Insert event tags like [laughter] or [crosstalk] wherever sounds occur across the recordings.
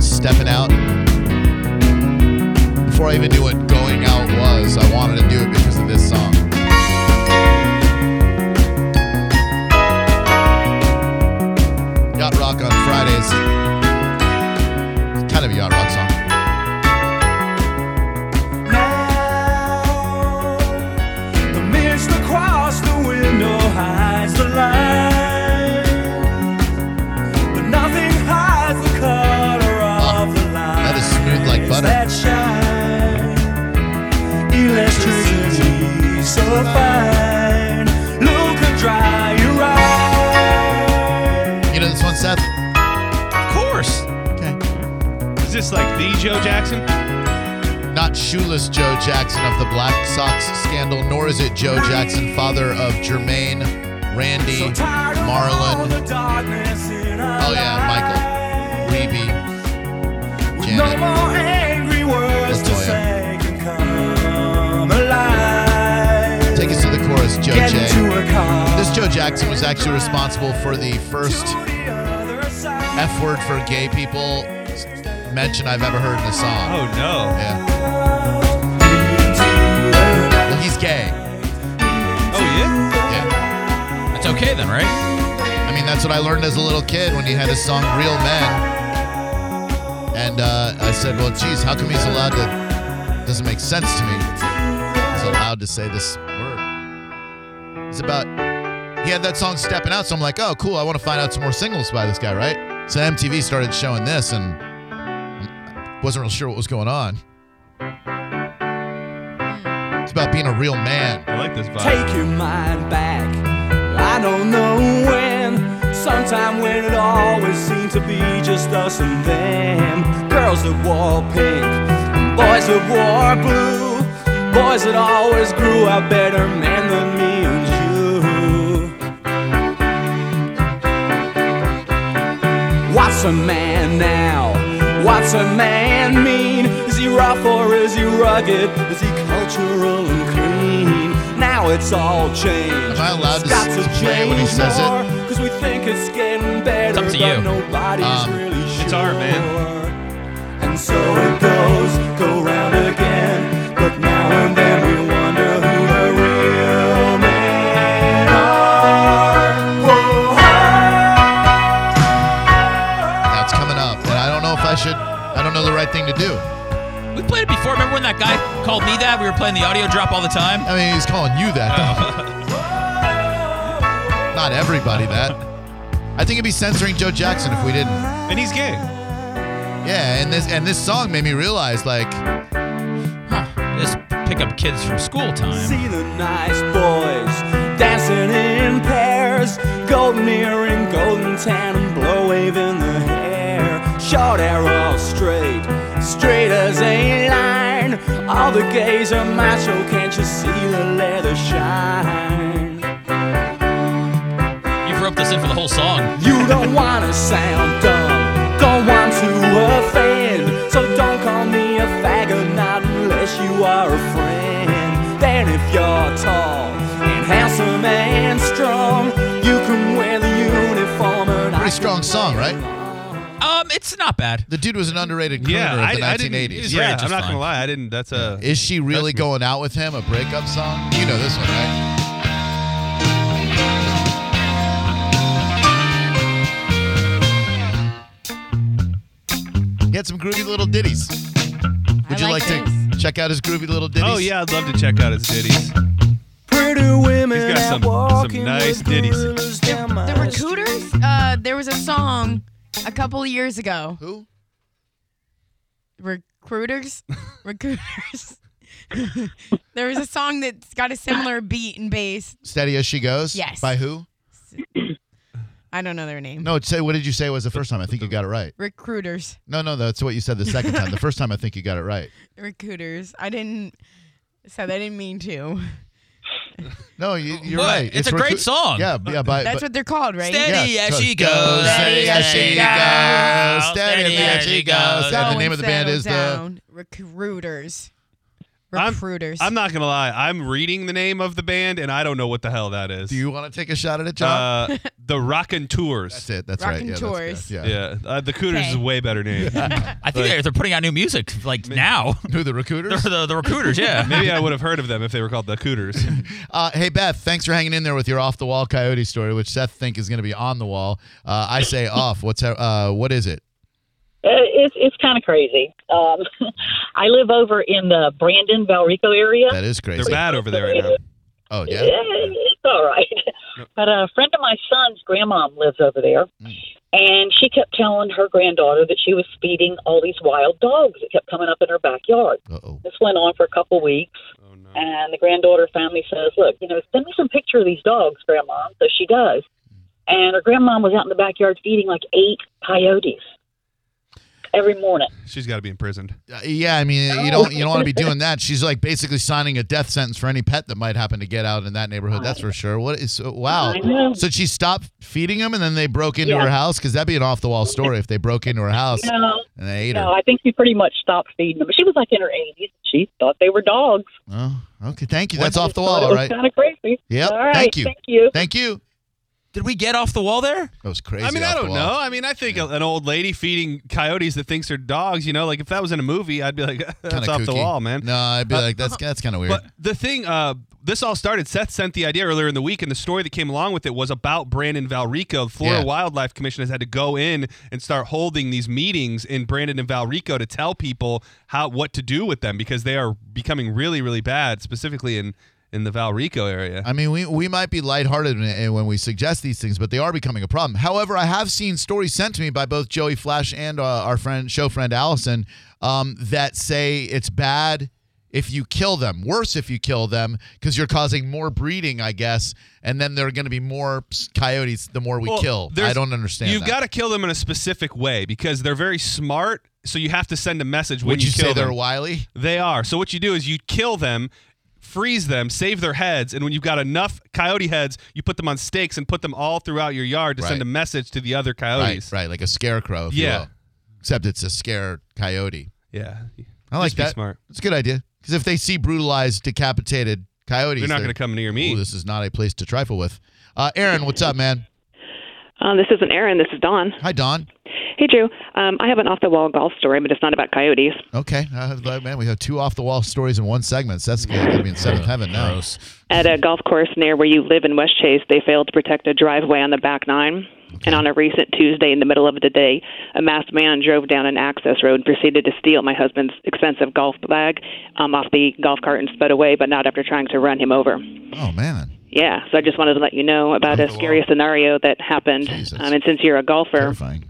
stepping out. Before I even knew what going out was, I wanted to do it because of this song. Yacht Rock on Fridays. It's kind of a Yacht Rock song. Now the mist across the window hides the light, but nothing hides the color of the light. that is smooth like butter. That shine electricity so fine. Look and dry your eyes. You know this one, Seth? Of course. Okay. Is this like the Joe Jackson? Not shoeless Joe Jackson of the Black Sox scandal, nor is it Joe Jackson, father of Jermaine, Randy, So tired of all Marlon, the darkness in our Oh, yeah, Michael. lives. Reeby. With Janet. no more angry words to Latoya. say can come alive. Take us to the chorus, Joe Get J. into a car. This Joe Jackson was actually responsible for the first To the other side. F word for gay people mention I've ever heard in a song. Oh no. Yeah. Well, he's gay. Oh yeah. Yeah. That's okay then, right? I mean, that's what I learned as a little kid when he had his song Real Men. And uh, I said, well, geez, how come he's allowed to? Doesn't make sense to me. He's allowed to say this word. It's about, he had that song Stepping Out. So I'm like, oh, cool. I want to find out some more singles by this guy, right? So MTV started showing this and I wasn't real sure what was going on. It's about being a real man. I like this vibe. Take your mind back. I don't know when. Sometime when it always seemed to be just us and them. Girls that wore pink, and boys that wore blue. Boys that always grew up better men than me and you. What's a man now? What's a man mean? Is he rough or is he rugged? Is he cultural and clean? Now it's all changed. Am I allowed It's to got s- play when he change says it? more, 'cause we think it's getting better, up to but you. nobody's Um, really sure. it's our man. And so it goes, go round again. But now and then we wonder who the real men are. Whoa, That's coming up. And I don't know if I should, I don't know the right thing to do. We played it before. Remember when that guy called me that? We were playing the audio drop all the time. I mean, he's calling you that, though. Uh. [laughs] Not everybody that. I think it'd be censoring Joe Jackson if we didn't. And he's gay. Yeah, and this and this song made me realize, like, Huh. Just pick up kids from school time. See the nice boys dancing in pairs, golden earring, golden tan, and blow wave in the hair. Short arrow straight, straight as a line. All the gays are macho, can't you see the leather shine? You've roped us in for the whole song. You don't wanna sound dumb, don't want to offend. So don't call me a faggot, not unless you are a friend. Then if you're tall and handsome and strong, you can wear the uniform. And I Pretty strong can song, wear right? mine. Um, it's not bad. the dude was an underrated crooner Yeah, I, of the I 1980s. didn't. rated Yeah, just I'm not fine. gonna lie. I didn't. That's a. Is she really That's- going out with him? A breakup song? You know this one, right? He had some groovy little ditties. Would you I like this. to check out his groovy little ditties? Oh yeah, I'd love to check out his ditties. Pretty women He's got out some- some walking nice with ditties. gorillas down my The street. Recooters, uh, there was a song a couple of years ago. Who? [laughs] Recruiters? Recruiters. [laughs] there was a song that's got a similar beat and bass. Steady as she goes. Yes. By who? I don't know their name. No. Say what did you say was the first time? I think you got it right. Recruiters. No, no, that's what you said the second time. The first time, I think you got it right. Recruiters. I didn't. So I didn't mean to. No, you, you're What? right. It's a great song. Yeah, yeah. By, That's but- what they're called, right? Steady. yeah, as so she goes, Steady as she goes. Steady as she goes. And the Going name of the band uh, settle is the down. Recruiters. I'm- Recruiters. I'm not gonna lie. I'm reading the name of the band, and I don't know what the hell that is. Do you want to take a shot at it, John? Uh, the Rockin' Tours. that's it. That's right. Rockin' Yeah, that's Tours. good. Yeah. Yeah, uh, the Cooters Okay. is a way better name. I think they're, they're putting out new music like now. [laughs] Who the the, recruiters? the, the recruiters, [laughs] yeah. Maybe I would have heard of them if they were called the Cooters. Uh, hey Beth, thanks for hanging in there with your off the wall coyote story, which Seth think is going to be on the wall. Uh, I say off. What's uh, what is it? Uh, it's it's kind of crazy. Um, [laughs] I live over in the Brandon Valrico area. That is crazy. They're bad over there right now. Oh yeah. Eh, it's all right. But uh, a friend of my son's grandmom lives over there, and she kept telling her granddaughter that she was feeding all these wild dogs that kept coming up in her backyard. Uh oh. This went on for a couple weeks, Oh, no. and the granddaughter finally says, "Look, you know, send me some picture of these dogs, grandma." So she does, and her grandmom was out in the backyard feeding like eight coyotes every morning. She's got to be imprisoned. Uh, Yeah, I mean, you don't you don't want to be doing that. She's like basically signing a death sentence for any pet that might happen to get out in that neighborhood. That's for sure. What is uh, wow? I know. So she stopped feeding them, and then they broke into Yeah. her house because that'd be an off the wall story if they broke into her house You know, and they ate No, her. I think she pretty much stopped feeding them. She was like in her 80s. She thought they were dogs. Oh, okay, thank you. That's I off just the wall. thought it All was [laughs] right. Kind of crazy. Yep. All right. Thank you. Thank you. Thank you. Did we get off the wall there? That was crazy. I mean, I off the don't wall. know. I mean, I think a- an old lady feeding coyotes that thinks they're dogs, you know, like if that was in a movie, I'd be like, [laughs] that's Kinda off the kooky. wall, man. Uh, No, I'd be like, that's that's kind of weird. But the thing, uh, this all started. Seth sent the idea earlier in the week, and the story that came along with it was about Brandon Valrico. The Florida Yeah. Wildlife Commission has had to go in and start holding these meetings in Brandon and Valrico to tell people how what to do with them because they are becoming really, really bad, specifically in in the Valrico area. I mean, we, we might be lighthearted when when we suggest these things, but they are becoming a problem. However, I have seen stories sent to me by both Joey Flash and uh, our friend show friend Allison um, that say it's bad if you kill them. Worse if you kill them because you're causing more breeding, I guess, and then there are going to be more coyotes the more we Well, kill. I there's- don't understand. You've that. got to kill them in a specific way because they're very smart. So you have to send a message when Would you, kill say them. they're wily? They are. So what you do is you kill them, freeze them, save their heads, and when you've got enough coyote heads, you put them on stakes and put them all throughout your yard to Right. send a message to the other coyotes. Right, right, like a scarecrow. If Yeah. You will. Except it's a scare coyote. Yeah. I like Just be that. smart. It's a good idea because if they see brutalized, decapitated coyotes, They're not they're- going to come near Ooh, me. this is not a place to trifle with. Uh, Aaron, what's up, man? Um, this isn't Erin. This is Dawn. Hi, Don. Hey, Drew. Um, I have an off-the-wall golf story, but it's not about coyotes. Okay, uh, man, we have two off the wall stories in one segment. So that's going to be in seventh heaven now. At a golf course near where you live in West Chase, they failed to protect a driveway on the back nine. And on a recent Tuesday, in the middle of the day, a masked man drove down an access road and proceeded to steal my husband's expensive golf bag um, off the golf cart and sped away, but not after trying to run him over. Oh man, Yeah, so I just wanted to let you know about a scary scenario that happened. Jeez, that's Um, and since you're a golfer, terrifying.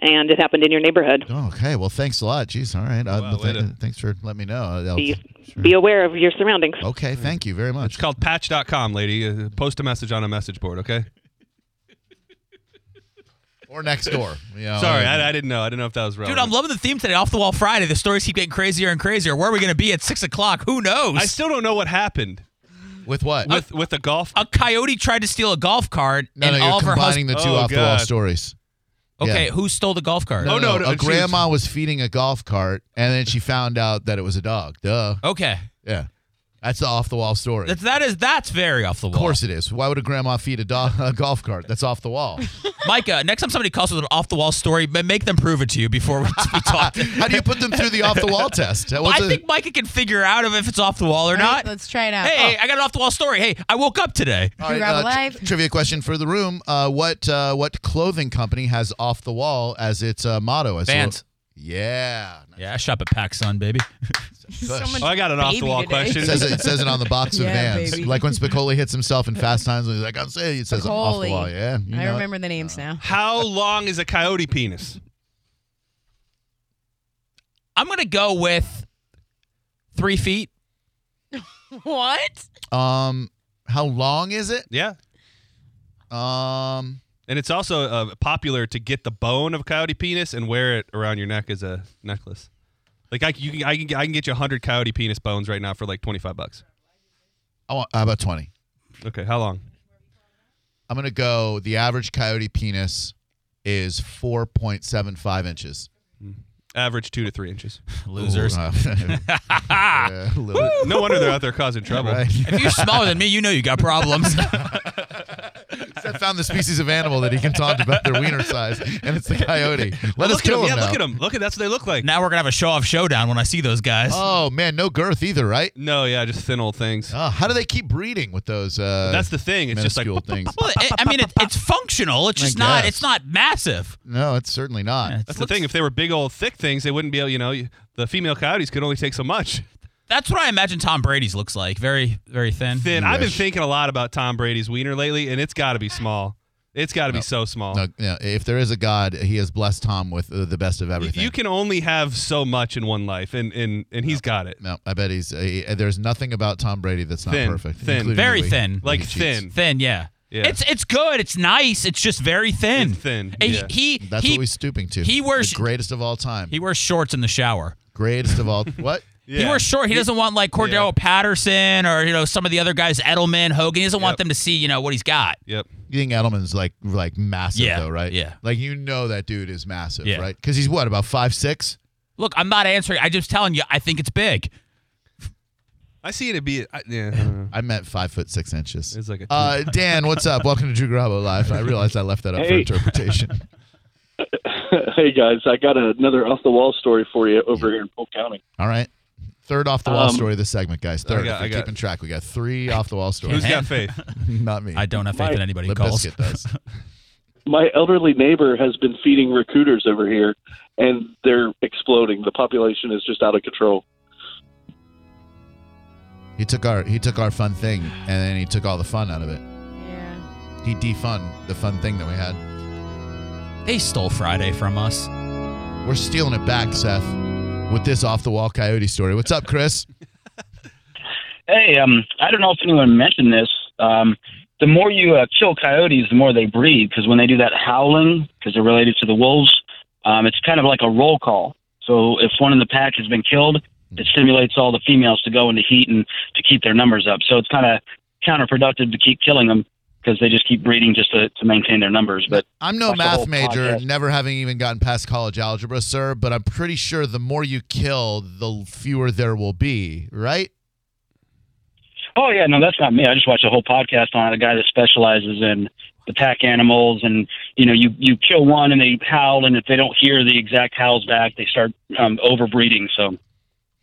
and it happened in your neighborhood, Oh, okay, well, thanks a lot. Jeez, all right. Uh, Wow, way th- to- thanks for letting me know. Uh, that be, was- sure. be aware of your surroundings. Okay, thank you very It's much. called patch.com, lady. Uh, post a message on a message board, okay? Oh, Or next door. You know, Sorry, uh, I, I didn't know. I didn't know if that was relevant. Dude, I'm loving the theme today. Off the wall Friday. The stories keep getting crazier and crazier. Where are we going to be at six o'clock? Who knows? I still don't know what happened with what? with with the golf. a coyote tried to steal a golf cart, no, no, and all you're of her combining husband. the two Oh, off the wall God. stories. okay, yeah. who stole the golf cart? Oh, no, no, a she was- grandma was feeding a golf cart, and then she found out that it was a dog. Duh. Okay, Yeah, that's the off the wall story. that's that is that's very off the wall. Of course it is. Why would a grandma feed a, dog, a golf cart? That's off the wall. Micah. Next time somebody calls with an off the wall story, ma- make them prove it to you before we, we talk. [laughs] How do you put them through the off the wall test? That I wasn't- think Micah can figure out if it's off the wall or All right, not. Let's try it out. Oh, Oh. hey, I got an off the wall story. Hey, I woke up today. All right, Grab a uh, tri- life. trivia question for the room: uh, What uh, what clothing company has off the wall as its uh, motto? As Vans. yeah, Yeah, I shop at PacSun, baby. [laughs] Gosh. Someone Oh, I got an off the wall baby today. It question. says it, it says it on the box of Yeah, Vans. baby. Like when Spicoli hits himself in Fast Times, and he's like, "I'm saying it says off the Spicoli. wall." Yeah, you I know it. remember the names now. How long is a coyote penis? I'm gonna go with three feet. [laughs] What? Um, how long is it? Yeah. Um, And it's also uh, popular to get the bone of coyote penis and wear it around your neck as a necklace. Like I, c- you can, I can, I can get you hundred coyote penis bones right now for like twenty five bucks. I want, how about twenty? Okay, how long? I'm gonna go. The average coyote penis is 4.75 inches. average two to three inches. Losers. Ooh, uh, [laughs] [laughs] yeah, a little bit. No wonder they're out there [laughs] causing trouble. Right. If you're smaller than me, you know you got [laughs] problems. Seth found the species of animal that he can taunt about their wiener size, [laughs] and it's the coyote. Let look us at kill them. him. yeah, now. look at them. Look at that's what they look like. now we're gonna have a show-off showdown when I see those guys. Oh man, no girth either, right? No, yeah, just thin old things. Oh, how do they keep breeding with those? Uh, That's the thing. It's just like minuscule things. Well, it, I mean, it, it's functional. It's I just not. guess. It's not massive. No, it's certainly not. Yeah, it's- that's the thing. If they were big old thick things, they wouldn't be able. You know, you- the female coyotes could only take so much. That's what I imagine Tom Brady's looks like. Very, very thin. Thin. I've been Yes. thinking a lot about Tom Brady's wiener lately, and it's got to be small. It's got to be so small. No, no, if there is a God, He has blessed Tom with uh, the best of Y- everything. You can only have so much in one life, and and and he's got it. no, I bet he's. Uh, he- there's nothing about Tom Brady that's not Thin, perfect. thin. including Very the way- thin. the way Like he cheats. thin. Thin, yeah. Yeah. It's it's good. It's nice. It's just very thin. It's thin, And yeah. He he, That's he, what we're stooping to. he wears- the greatest of all time. he wears shorts in the shower. greatest of all. [laughs] What? He Yeah. wears short. He doesn't want like Cordero Yeah. Patterson or you know some of the other guys, Edelman, Hogan. He doesn't want Yep. them to see you know what he's got. Yep. You think Edelman's like like massive Yeah, though, right? yeah. Like you know that dude is massive, Yeah. right? Because he's what about five six? Look, I'm not answering. I'm just telling you. I think it's big. I see it be. I, [laughs] yeah. I don't know. I meant five foot six inches. It's like a. Uh, Dan, what's up? Welcome to Drew Garabo Live. I realized I left that up for Hey. interpretation. hey guys, I got another off the wall story for you over here in Polk County. All right. Third off the wall Um, story of this segment, guys. Third, got- if I you're got- keeping track, we got three [laughs] off the wall stories. Who's [laughs] got faith? Not me. I don't have faith in anybody who Limp calls. [laughs] Bizkit does. My elderly neighbor has been feeding recruiters over here, and they're exploding. The population is just out of control. He took our he took our fun thing and then he took all the fun out of it. Yeah. He defund the fun thing that we had. They stole Friday from us. We're stealing it back, Seth, with this off the wall coyote story. What's up, Chris? Hey, um, I don't know if anyone mentioned this. Um, the more you uh, kill coyotes, the more they breed because when they do that howling, because they're related to the wolves, um, it's kind of like a roll call. So if one in the pack has been killed, it stimulates all the females to go into heat and to keep their numbers up. So it's kind of counterproductive to keep killing them because they just keep breeding just to, to maintain their numbers. But I'm no That's the math whole major, podcast. never having even gotten past college algebra, sir, but I'm pretty sure the more you kill, the fewer there will be, right? Oh yeah, no, that's not me. I just watch a whole podcast on a guy that specializes in the pack animals, and you know, you you kill one and they howl, and if they don't hear the exact howls back, they start um, overbreeding. So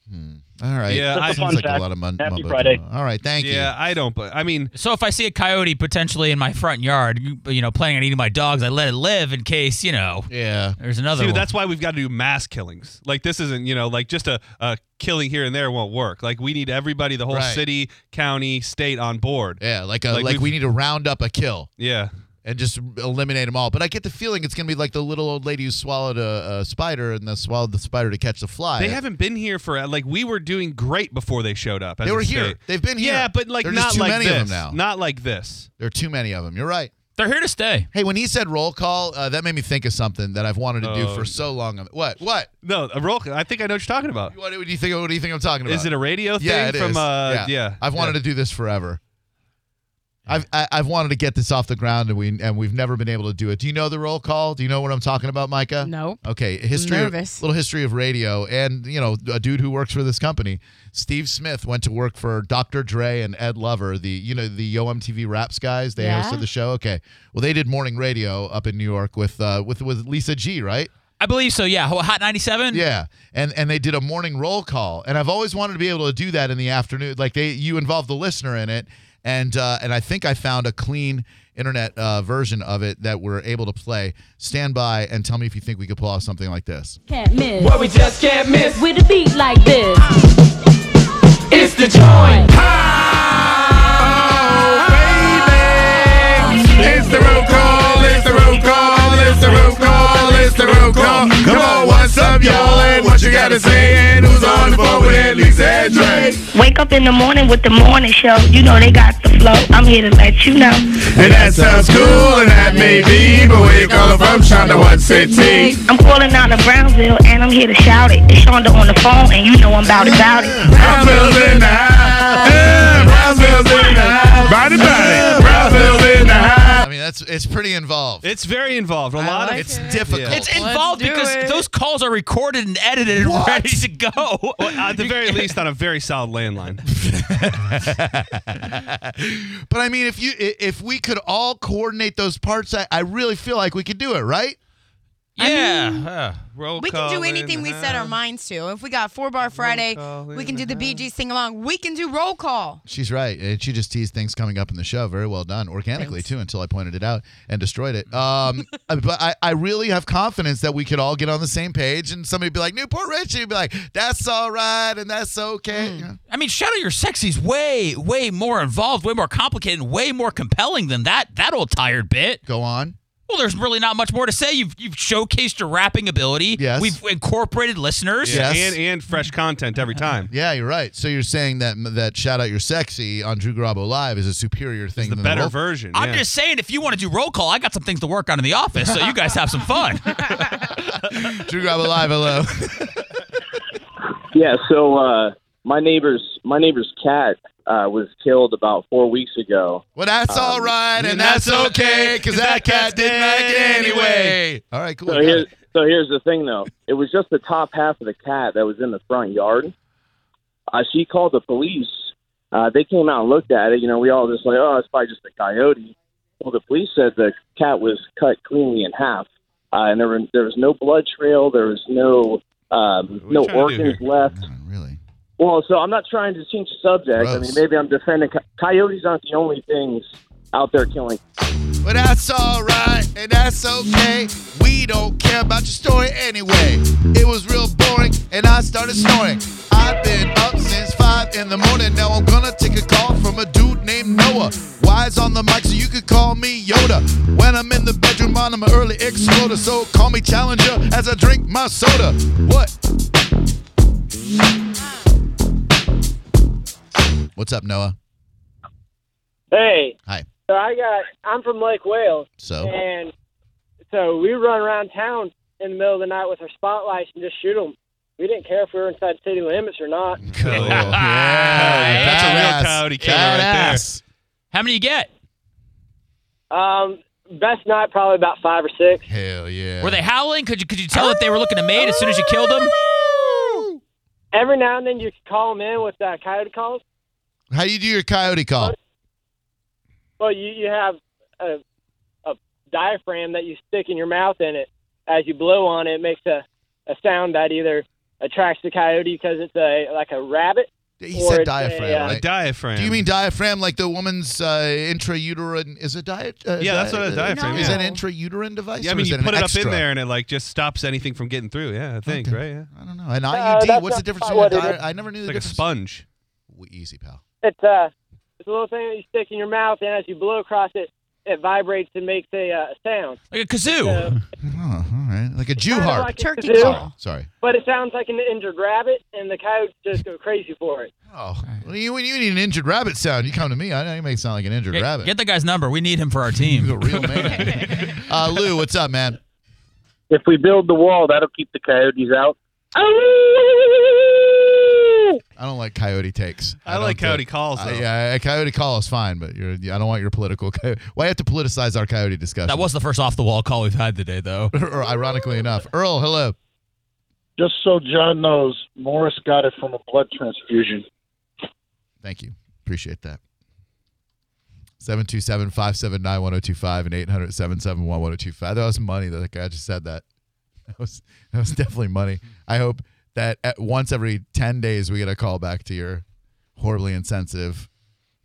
Hmm. All right. Yeah, That's a I- sounds fun like a fact. lot of mun- Happy mumbo Friday. jumbo. All right, thank you. yeah. I don't. But I mean, So if I see a coyote potentially in my front yard, you you know, planning on eating my dogs, I let it live in case you know Yeah. there's another See, one. but that's why we've got to do mass killings. Like this isn't, you know, like just a, a killing here and there won't work. Like we need everybody, the whole Right. city, county, state on board. Yeah, like a, like, Like we we've- need to round up a kill Yeah. and just eliminate them all. But I get the feeling it's going to be like the little old lady who swallowed a, a spider and then swallowed the spider to catch the fly. They haven't been here for like we were doing great before they showed up. as They a were here. state. They've been here. Yeah, but like There are not just too like many this. of them now. Not like this. There are too many of them. You're right. They're here to stay. Hey, when he said roll call, uh, that made me think of something that I've wanted to do Oh, for so long. What? What? No, a roll. I think I know what you're talking about. What do you think? What do you think I'm talking about? Is it a radio thing yeah, it is. from uh yeah. I've wanted to do this forever. I've I, I've wanted to get this off the ground, and we and we've never been able to do it. Do you know the roll call? Do you know what I'm talking about, Micah? Nope. Okay, history. Of, nervous. little history of radio, and you know, a dude who works for this company, Steve Smith, went to work for Dr. Dre and Ed Lover, the you know the Yo MTV Raps guys. They Yeah. hosted the show. Okay, well, they did morning radio up in New York with uh, with with Lisa G, right? I believe so. Yeah, Hot 97. [laughs] Yeah, and and they did a morning roll call, and I've always wanted to be able to do that in the afternoon. Like they, you involve the listener in it, and uh, and I think I found a clean internet uh, version of it that we're able to play. Stand by and tell me if you think we could pull off something like this. Can't miss What we just can't miss with a beat like this. is the joint. It's the roll call, it's the roll call, it's the roll call, it's the roll call. Come on, what's up, y'all, and what you gotta say, and who's on the phone with at least and Dre? Wake up in the morning with the morning show. You know they got the flow. I'm here to let you know. And that sounds cool, and that may be, but where you calling from, Shonda 116. I'm calling out to Brownsville and I'm here to shout it. It's Shonda on the phone and you know I'm about it, about it. Brownsville's in the house, yeah, Brownsville's in the house. Body, body, Brownsville's in the house. I mean, that's it's pretty involved. It's very involved. A I lot like of It's it. difficult. Yeah. It's involved do because it. those calls are recorded and edited and What? ready to go. Well, at the very least, on a very solid [laughs] landline. but I mean, if you i- if we could all coordinate those parts, I, I really feel like we could do it, right? yeah. Uh, Roll We can do call in anything we the set our house. minds to. If we got Four Bar Friday, call we in can do the the BG sing along. We can do roll call. She's right, and she just teased things coming up in the show. Very well done, organically Thanks. too, until I pointed it out and destroyed it. Um, [laughs] I- but I, I really have confidence that we could all get on the same page, and somebody would be like Newport Richie, would be like, "That's all right, and that's okay." You know? I mean, shout out your sexy's way, way more involved, way more complicated, and way more compelling than that that old tired bit. Go on. Well, there's really not much more to say. You've you've showcased your rapping ability. Yes. We've incorporated listeners. Yes. And and fresh content every time. Yeah, you're right. So you're saying that that shout out your sexy on Drew Garabo Live is a superior thing. The than better Wolf- version. I'm yeah. just saying, if you want to do roll call, I got some things to work on in the office, so you guys have some fun. Drew Garabo Live. Hello. [laughs] Yeah, so uh, my neighbor's my neighbor's cat uh, was killed about four weeks ago. Well, that's all right, Um, and that's okay, because that cat didn't like it anyway. All right, cool. So got here's it. so here's the thing though, it was just the top half of the cat that was in the front yard. Uh, she called the police. Uh, they came out and looked at it. You know, we all just like, oh, it's probably just a coyote. Well, the police said the cat was cut cleanly in half, uh, and there were, there was no blood trail. There was no um, What are you trying no to do organs here? left. Man, really? Well, so I'm not trying to change the subject. I mean, Gross. maybe I'm defending co- coyotes aren't the only things out there killing. Well, that's all right, and that's okay. We don't care about your story anyway. It was real boring, and I started snoring. I've been up since five in the morning. Now I'm gonna take a call from a dude named Noah. Wise on the mic, so you could call me Yoda. When I'm in the bedroom, on, I'm an early exploder. So call me Challenger as I drink my soda. What? What's up, Noah? Hey. Hi. So I got. I'm from Lake Wales, So. and so we run around town in the middle of the night with our spotlights and just shoot them. We didn't care if we were inside city limits or not. Cool. Yeah, that's a real Badass. coyote killer right there. Badass. How many you get? Um, best night probably about five or six. Hell yeah. Were they howling? Could you could you tell that they were looking to mate as soon as you killed them? Every now and then you could call them in with uh, coyote calls. How you do your coyote call? Well, you you have a a diaphragm that you stick in your mouth, and it as you blow on it, it makes a a sound that either attracts the coyote because it's a like a rabbit. He Or said it's diaphragm, a, uh, A right? diaphragm. do you mean diaphragm like the woman's uh, intrauterine? Is it diet? Uh, Yeah, that's di- what a uh, diaphragm Is is. that an intrauterine device? Yeah, I or mean, is you that an put it up extra? in there and it like just stops anything from getting through. Yeah, I think, Okay. right? Yeah. I don't know. An Uh, that's IUD. What's the not difference quite between a what it diet? is. I never knew It's the like a difference. sponge. W- Easy, pal. It's uh it's a little thing that you stick in your mouth, and as you blow across it, it vibrates and makes a uh, sound. Like a kazoo. So, Oh, all right. Like a Jew Kinda harp. like a Turkey kazoo, call. Sorry. but it sounds like an injured rabbit, and the coyotes just go crazy [laughs] for it. Oh, when you, when you need an injured rabbit sound, you come to me. I know you make it sound like an injured Get, rabbit. get the guy's number. We need him for our You're team. a real man. [laughs] uh, Lou, what's up, man? If we build the wall, that'll keep the coyotes out. I don't like coyote takes. I don't like do coyote it. calls, I- though. yeah, a coyote call is fine, but you're, I don't want your political. Coyote. [laughs] Why you have to politicize our coyote discussion? That was the first off the wall call we've had today, [laughs] though. [laughs] or ironically enough, Earl. Hello. Just so John knows, Morris got it from a blood transfusion. Thank you. Appreciate that. 727-579-1025 and 800-771-1025. That was money that the guy just said that. [laughs] That was that was definitely money. I hope that at once every 10 days we get a call back to your horribly insensitive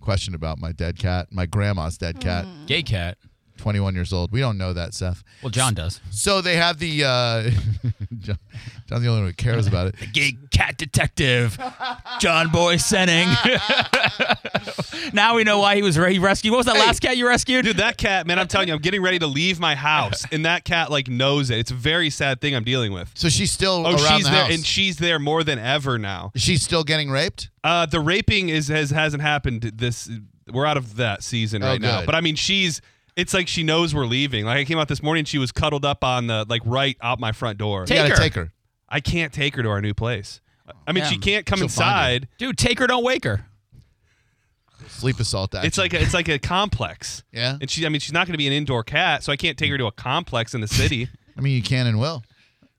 question about my dead cat, my grandma's dead cat, Gay cat. 21 years old. We don't know that, Seth. Well, John does. So they have the uh [laughs] John, John's the only one who cares about it. Gay cat detective, John Boy Senning. [laughs] now we know why he was re- he rescued. What was that last cat you rescued? Dude, that cat, man, I'm telling you, I'm getting ready to leave my house, and that cat like knows it. It's a very sad thing I'm dealing with. So she's still Oh, around she's the there, house. and she's there more than ever now. she's still getting raped? Uh, the raping is has hasn't happened this. We're out of that season Oh, right now. good. But I mean, she's. It's like she knows we're leaving. Like I came out this morning, she was cuddled up on the like right out my front door. you gotta her. take her. I can't take her to our new place. I mean, Yeah. she can't come She'll find inside. Dude, take her, don't wake her. Sleep assault. Action. It's like a, it's like a complex. Yeah. And she, I mean, she's not going to be an indoor cat, so I can't take her to a complex in the [laughs] city. I mean, you can and will.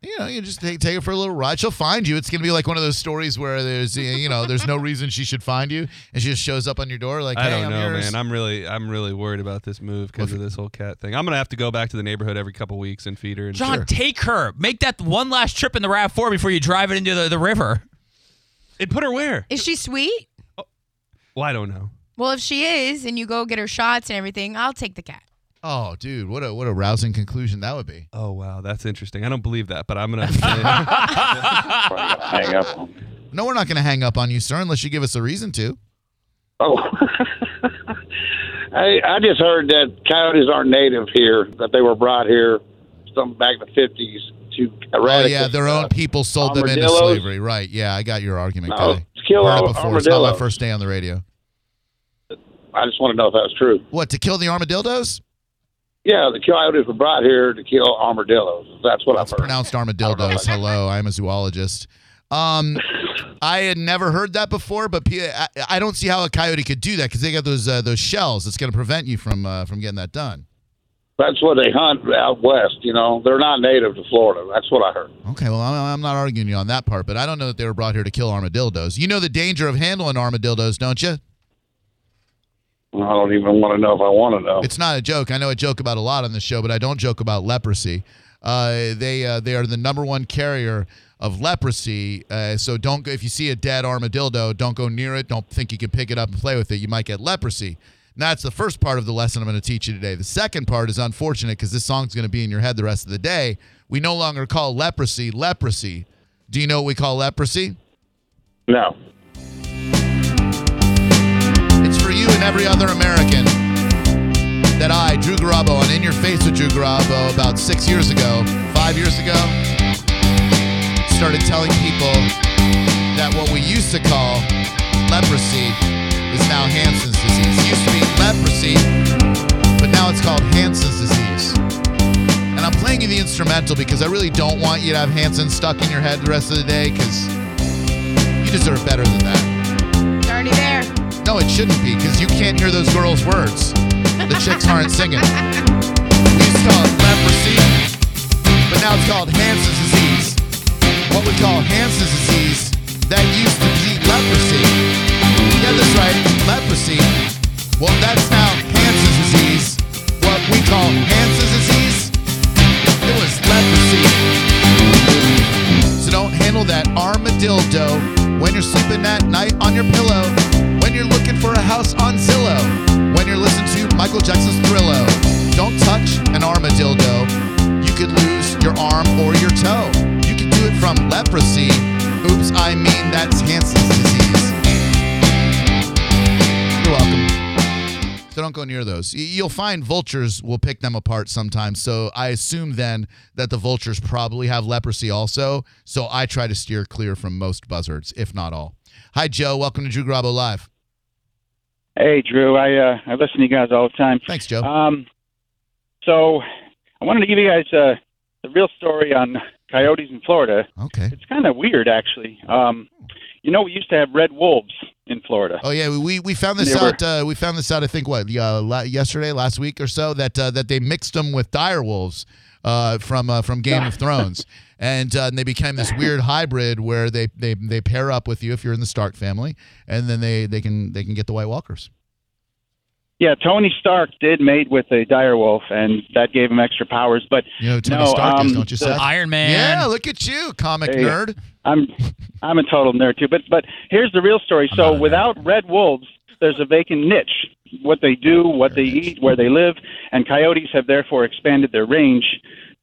You know, you just take, take her for a little ride. She'll find you. It's gonna be like one of those stories where there's uh, you know there's no reason she should find you, and she just shows up on your door like I hey, don't I'm know, yours. man. I'm really, I'm really worried about this move because of this whole cat thing. I'm gonna have to go back to the neighborhood every couple weeks and feed her. And John, take her. Make that one last trip in the RAV4 before you drive it into the, the river. And put her where? Is she sweet? Well, I don't know. Well, if she is, and you go get her shots and everything, I'll take the cat. Oh, dude, what a what a rousing conclusion that would be. Oh wow, that's interesting. I don't believe that, but [laughs] I'm gonna hang up. No, we're not gonna hang up on you, sir, unless you give us a reason to. Oh. [laughs] I, I just heard that coyotes aren't native here, that they were brought here some back in the 50s to Oh, eradicate. yeah, their own people sold them into armadillos. slavery. Right? Yeah, I got your argument. No, Kelly. kill Heard it ar- before. It's not my armadillos. first day on the radio. I just want to know if that's true. What to kill the armadillos? Yeah, the coyotes were brought here to kill armadillos. That's what I've heard. Pronounced armadillos. Hello, I am a zoologist. Um, I had never heard that before, but P- I, I don't see how a coyote could do that because they got those uh, those shells. It's going to prevent you from uh, from getting that done. That's what they hunt out west, you know. They're not native to Florida. That's what I heard. Okay, well, I'm, I'm not arguing you on that part, but I don't know that they were brought here to kill armadillos. You know the danger of handling armadillos, don't you? I don't even want to know if I want to know. It's not a joke. I know I joke about a lot on the show, but I don't joke about leprosy. Uh, they uh, they are the number one carrier of leprosy. Uh, so don't go, if you see a dead armadillo, don't go near it. Don't think you can pick it up and play with it. You might get leprosy. And that's the first part of the lesson I'm going to teach you today. The second part is unfortunate because this song's going to be in your head the rest of the day. We no longer call leprosy leprosy. Do you know what we call leprosy? No. It's for you and every other American that I, Drew Garabo, on In Your Face with Drew Garabo about six years ago, five years ago, started telling people that what we used to call leprosy is now Hansen's disease. It used to be leprosy, but now it's called Hansen's disease. And I'm playing you the instrumental because I really don't want you to have Hansen stuck in your head the rest of the day because you deserve better than that. It's already there. No, it shouldn't be because you can't hear those girls' words. The chicks aren't singing. We used to call it leprosy, but now it's called Hansen's disease. What we call Hansen's disease, that used to be leprosy. Yeah, that's right, leprosy. Well, that's now Hansen's disease. What we call Hansen's disease, it was leprosy. So don't handle that armadillo when you're sleeping at night on your pillow, when you're looking for a house on Zillow, when you're listening to Michael Jackson's Thrillo. Don't touch an armadillo. You could lose your arm or your toe. You could do it from leprosy. Oops, I mean that's Hansen's disease. You're welcome. So don't go near those. Y- You'll find vultures will pick them apart sometimes. So I assume then that the vultures probably have leprosy also. So I try to steer clear from most buzzards, if not all. Hi, Joe. Welcome to Drew Garabo Live. Hey, Drew. I uh, I listen to you guys all the time. Thanks, Joe. Um, so I wanted to give you guys uh, the real story on coyotes in Florida. Okay. It's kind of weird, actually. Um, you know, we used to have red wolves in Florida. Oh yeah, we we found this They were- out. Uh, we found this out. I think what uh, la- yesterday, last week or so that uh, that they mixed them with dire wolves uh, from uh, from [laughs] Game of Thrones, and, uh, and they became this weird hybrid where they, they they pair up with you if you're in the Stark family, and then they they can they can get the White Walkers. Yeah, Tony Stark did mate with a dire wolf, and that gave him extra powers. But You know who Tony no, Stark is, um, don't you, the- Seth? Yeah, look at you, comic Hey, nerd. I'm I'm a total nerd too. But but here's the real story. So without red wolves, there's a vacant niche. What they do, what they eat, where they live, and coyotes have therefore expanded their range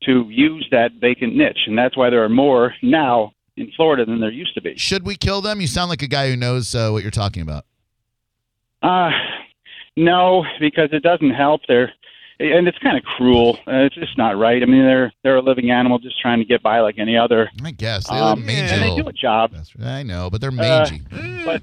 to use that vacant niche, and that's why there are more now in Florida than there used to be. Should we kill them? You sound like a guy who knows uh, what you're talking about. Uh, no, because it doesn't help. They're and it's kind of cruel. Uh, it's just not right. I mean, they're they're a living animal just trying to get by like any other. I guess they um, look mangy and they little do a job. I know, but they're Uh, mangy. but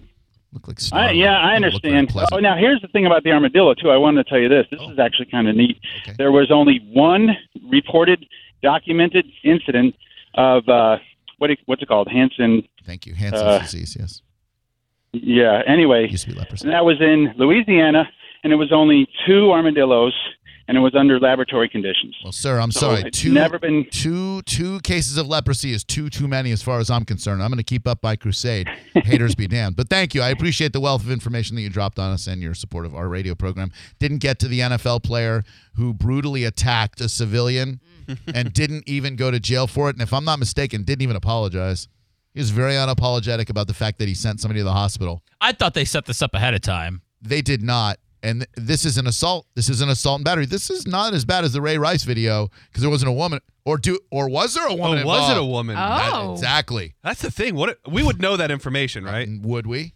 look like They I, yeah, I don't look very understand. pleasant. Oh, now here's the thing about the armadillo too. I wanted to tell you this. This is actually kind of neat. There was only one reported, documented incident of uh, what do you- what's it called, Hansen. Thank you, Hansen's Uh, disease. Yes. Yeah. Anyway, used to be leprosy. that was in Louisiana, and it was only two armadillos, and it was under laboratory conditions. Well, sir, I'm So sorry. it's Two, never been two, two cases of leprosy is too, too many as far as I'm concerned. I'm going to keep up my crusade. Haters [laughs] be damned. But thank you. I appreciate the wealth of information that you dropped on us and your support of our radio program. Didn't get to the NFL player who brutally attacked a [laughs] civilian and didn't even go to jail for it. And if I'm not mistaken, didn't even apologize. He was very unapologetic about the fact that he sent somebody to the hospital. I thought they set this up ahead of time. They did not. And th- this is an assault. This is an assault and battery. This is not as bad as the Ray Rice video because there wasn't a woman, or do, or was there a woman? Oh, was it a involved? woman? That- exactly. That's the thing. What we would know that information, right? Would we?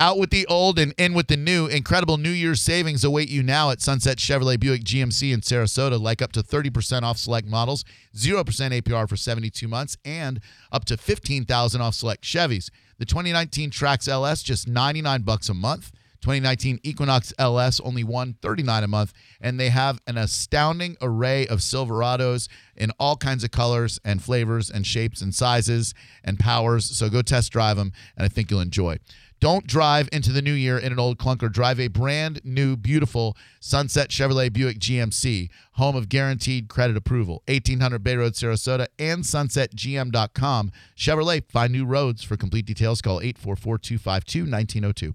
Out with the old and in with the new. Incredible New Year's savings await you now at Sunset Chevrolet Buick GMC in Sarasota, like up to 30% off select models, 0% APR for 72 months, and up to 15,000 off select Chevys. The 2019 Trax LS just 99 bucks a month. 2019 Equinox LS only 139 a month and they have an astounding array of Silverados in all kinds of colors and flavors and shapes and sizes and powers so go test drive them and I think you'll enjoy. Don't drive into the new year in an old clunker. Drive a brand new, beautiful Sunset Chevrolet Buick GMC, home of guaranteed credit approval. 1800 Bay Road, Sarasota, and sunsetgm.com. Chevrolet, find new roads. For complete details, call 844 252 1902.